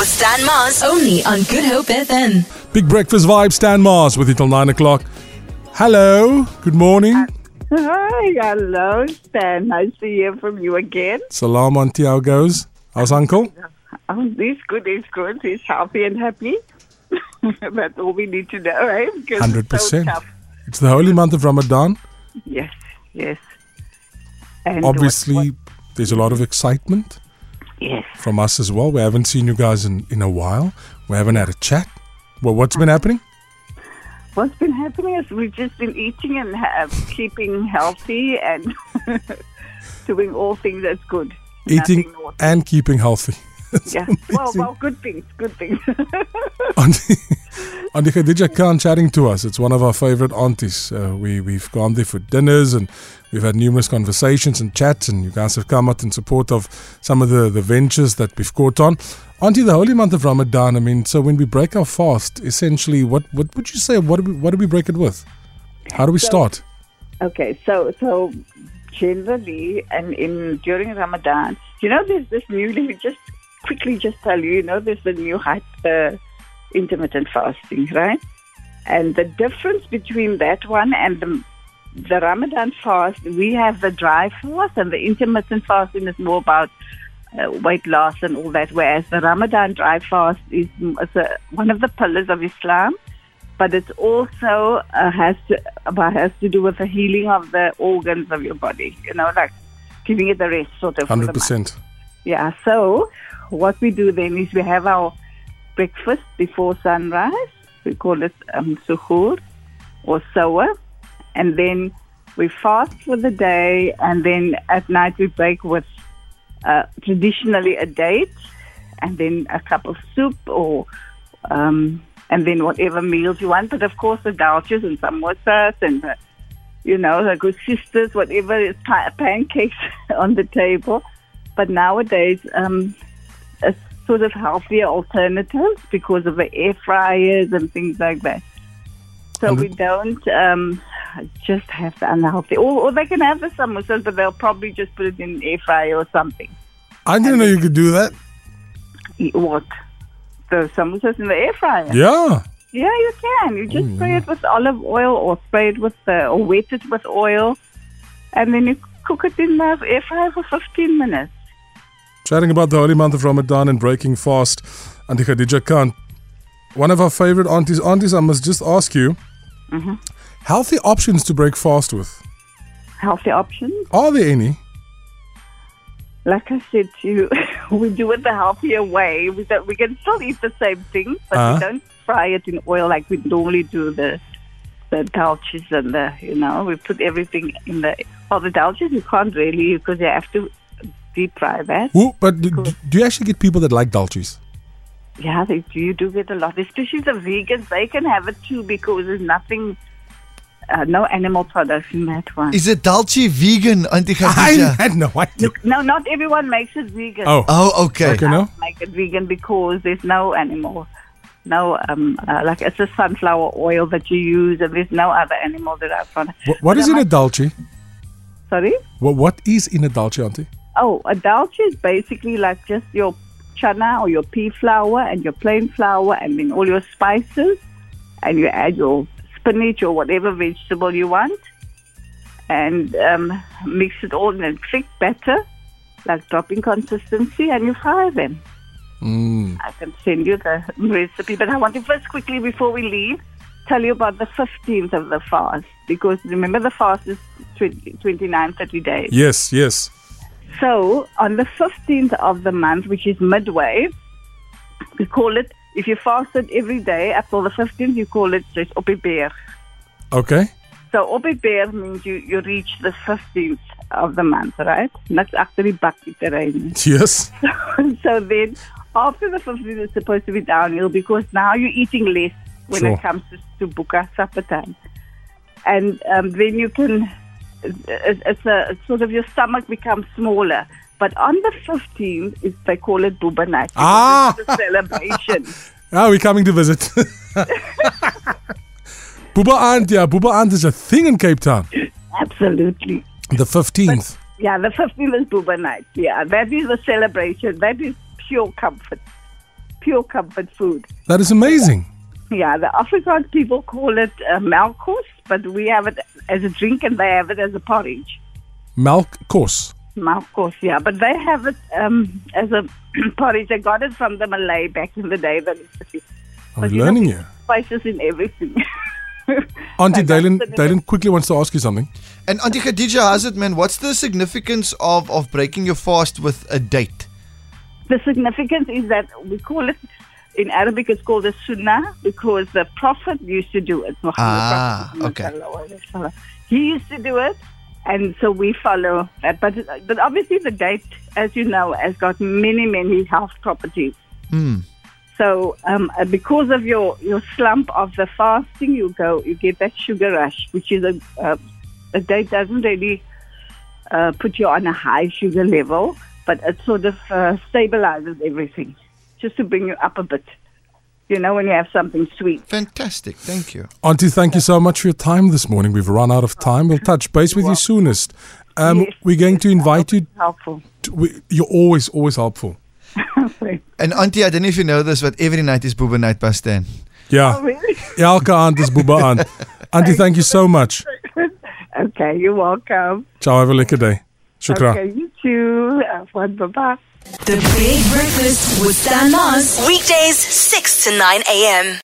with Stan Mars only on Good Hope FM. Big breakfast vibe, Stan Mars with you till 9 o'clock. Hello, good morning. Hi, hello, Stan. Nice to hear from you again. Salam on how goes. How's uncle? Oh, he's good, he's good. He's healthy and happy. That's all we need to know, right? 100%. It's the holy month of Ramadan. Yes, yes. And what- Obviously, there's a lot of excitement yes. from us as well. We haven't seen you guys in, in a while. We haven't had a chat. Well, what's been happening? What's been happening is we've just been eating and ha- keeping healthy and doing all things that's good. Eating Nothing naughty. and keeping healthy. Yeah. Well, well, good things, good things. Auntie, Auntie Khadija Khan chatting to us. It's one of our favorite aunties. Uh, we, we've gone there for dinners and we've had numerous conversations and chats, and you guys have come out in support of some of the, the ventures that we've caught on. Auntie, the holy month of Ramadan, I mean, so when we break our fast, essentially, what, what would you say? What do, we, what do we break it with? How do we start? Okay, so so generally, and in during Ramadan, you know, there's this new. Let me just quickly just tell you, you know, there's the new hype, the intermittent fasting, right? And the difference between that one and the the Ramadan fast, we have the dry fast, and the intermittent fasting is more about uh, weight loss and all that. Whereas the Ramadan dry fast is, is a, one of the pillars of Islam but it also uh, has to about has to do with the healing of the organs of your body. You know, like giving it a rest, sort of. for the month. 100%. Yeah. So what we do then is we have our breakfast before sunrise. We call it um, suhoor or sowa, and then we fast for the day, and then at night we break with uh, traditionally a date, and then a cup of soup or um, and then whatever meals you want. But of course, the douches and samosas and the, you know the good sisters, whatever is pa- pancakes on the table. But nowadays, um, it's sort of healthier alternatives because of the air fryers and things like that. So And the- we don't um, just have the unhealthy, or, or they can have the samosas, but they'll probably just put it in an air fryer or something. I didn't know you could do that. Eat what? The samosas in the air fryer. Yeah. Yeah, you can. You just spray it with olive oil or spray it with, uh, or wet it with oil, and then you cook it in the air fryer for 15 minutes. Chatting about the holy month of Ramadan and breaking fast, Auntie Khadija Khan, one of our favorite aunties. Aunties, I must just ask you healthy options to break fast with. Healthy options. Are there any? Like I said to you, we do it the healthier way. We, don't, we can still eat the same thing, but Uh-huh. we don't fry it in oil like we normally do the the dalches and the, you know, we put everything in the, well, the dalches you can't really because you have to deep fry that. Who, but do, do you actually get people that like dalchis? Yeah, they do. You do get a lot, especially the vegans. They can have it too because there's nothing, uh, no animal products in that one. Is it dalchi vegan, Auntie I Khadija? had no idea. no, not everyone makes it vegan. Oh, Oh, okay. okay, no? Make it vegan because there's no animal, no um, uh, like it's a sunflower oil that you use, and there's no other animal derived from it. What, what But is I'm in a not- dalchi? Sorry. What, what is in a dalchi, Auntie? Oh, a dalchi is basically like just your chana or your pea flour and your plain flour and then all your spices and you add your spinach or whatever vegetable you want and um, mix it all in a thick batter, like dropping consistency, and you fry them. I can send you the recipe, but I want to first quickly, before we leave, tell you about the 15th of the fast because remember the fast is 20, 29, 30 days. Yes, yes. So on the 15th of the month, which is midway, we call it, if you fasted every day up till the 15th, you call it just Opibeer. Okay. So Opibeer means you, you reach the 15th of the month, right? And that's actually back to the rain. Yes. so then after the 15th, it's supposed to be downhill because now you're eating less when Sure. it comes to, to buka supper time. And um, then you can, it, it's a it's sort of your stomach becomes smaller. But on the 15th, is they call it Buba night. because Ah. It's a celebration. Ah, we're coming to visit. Buba Ant, yeah. Buba Ant is a thing in Cape Town. Absolutely. The 15th. Yeah, the 15th is Buba night. Yeah, that is a celebration. That is pure comfort. pure comfort food. That is amazing. Yeah, the Afrikaans people call it uh, melkkoos, but we have it as a drink and they have it as a porridge. Milk course. Melkkoos, yeah, but they have it um, as a porridge. They got it from the Malay back in the day. But, I'm Oh, learning you. Spices in everything. Auntie Like, that's Dylan, the- Dylan quickly wants to ask you something. And Auntie Khadija Hazard, man, what's the significance of, of breaking your fast with a date? The significance is that we call it in Arabic it's called the sunnah because the Prophet used to do it. Muhammad, Ah, Prophet okay. sallallahu alaihi wasallam. He used to do it, and so we follow that. But but obviously the date, as you know, has got many many health properties. Hmm. So um, uh, because of your, your slump of the fasting, you go you get that sugar rush, which is a uh, a date doesn't really uh, put you on a high sugar level, but it sort of uh, stabilizes everything, just to bring you up a bit. You know, when you have something sweet. Fantastic. Thank you. Auntie, thank you so much for your time this morning. We've run out of time. We'll touch base with you soonest. Um, Yes. We're going to invite you. Helpful. To, we, you're always, always helpful. And Auntie, I don't know if you know this, but every night is Booba night by Stan. Yeah. Oh, really? Elke aunt is Booba aunt. Auntie, thank you so much. Okay, you're welcome. Ciao, have a lekker day. Shukra. Okay, you too. Uh, bye bye. The Big Breakfast with Stan Mars. Weekdays, 6 to 9 a.m.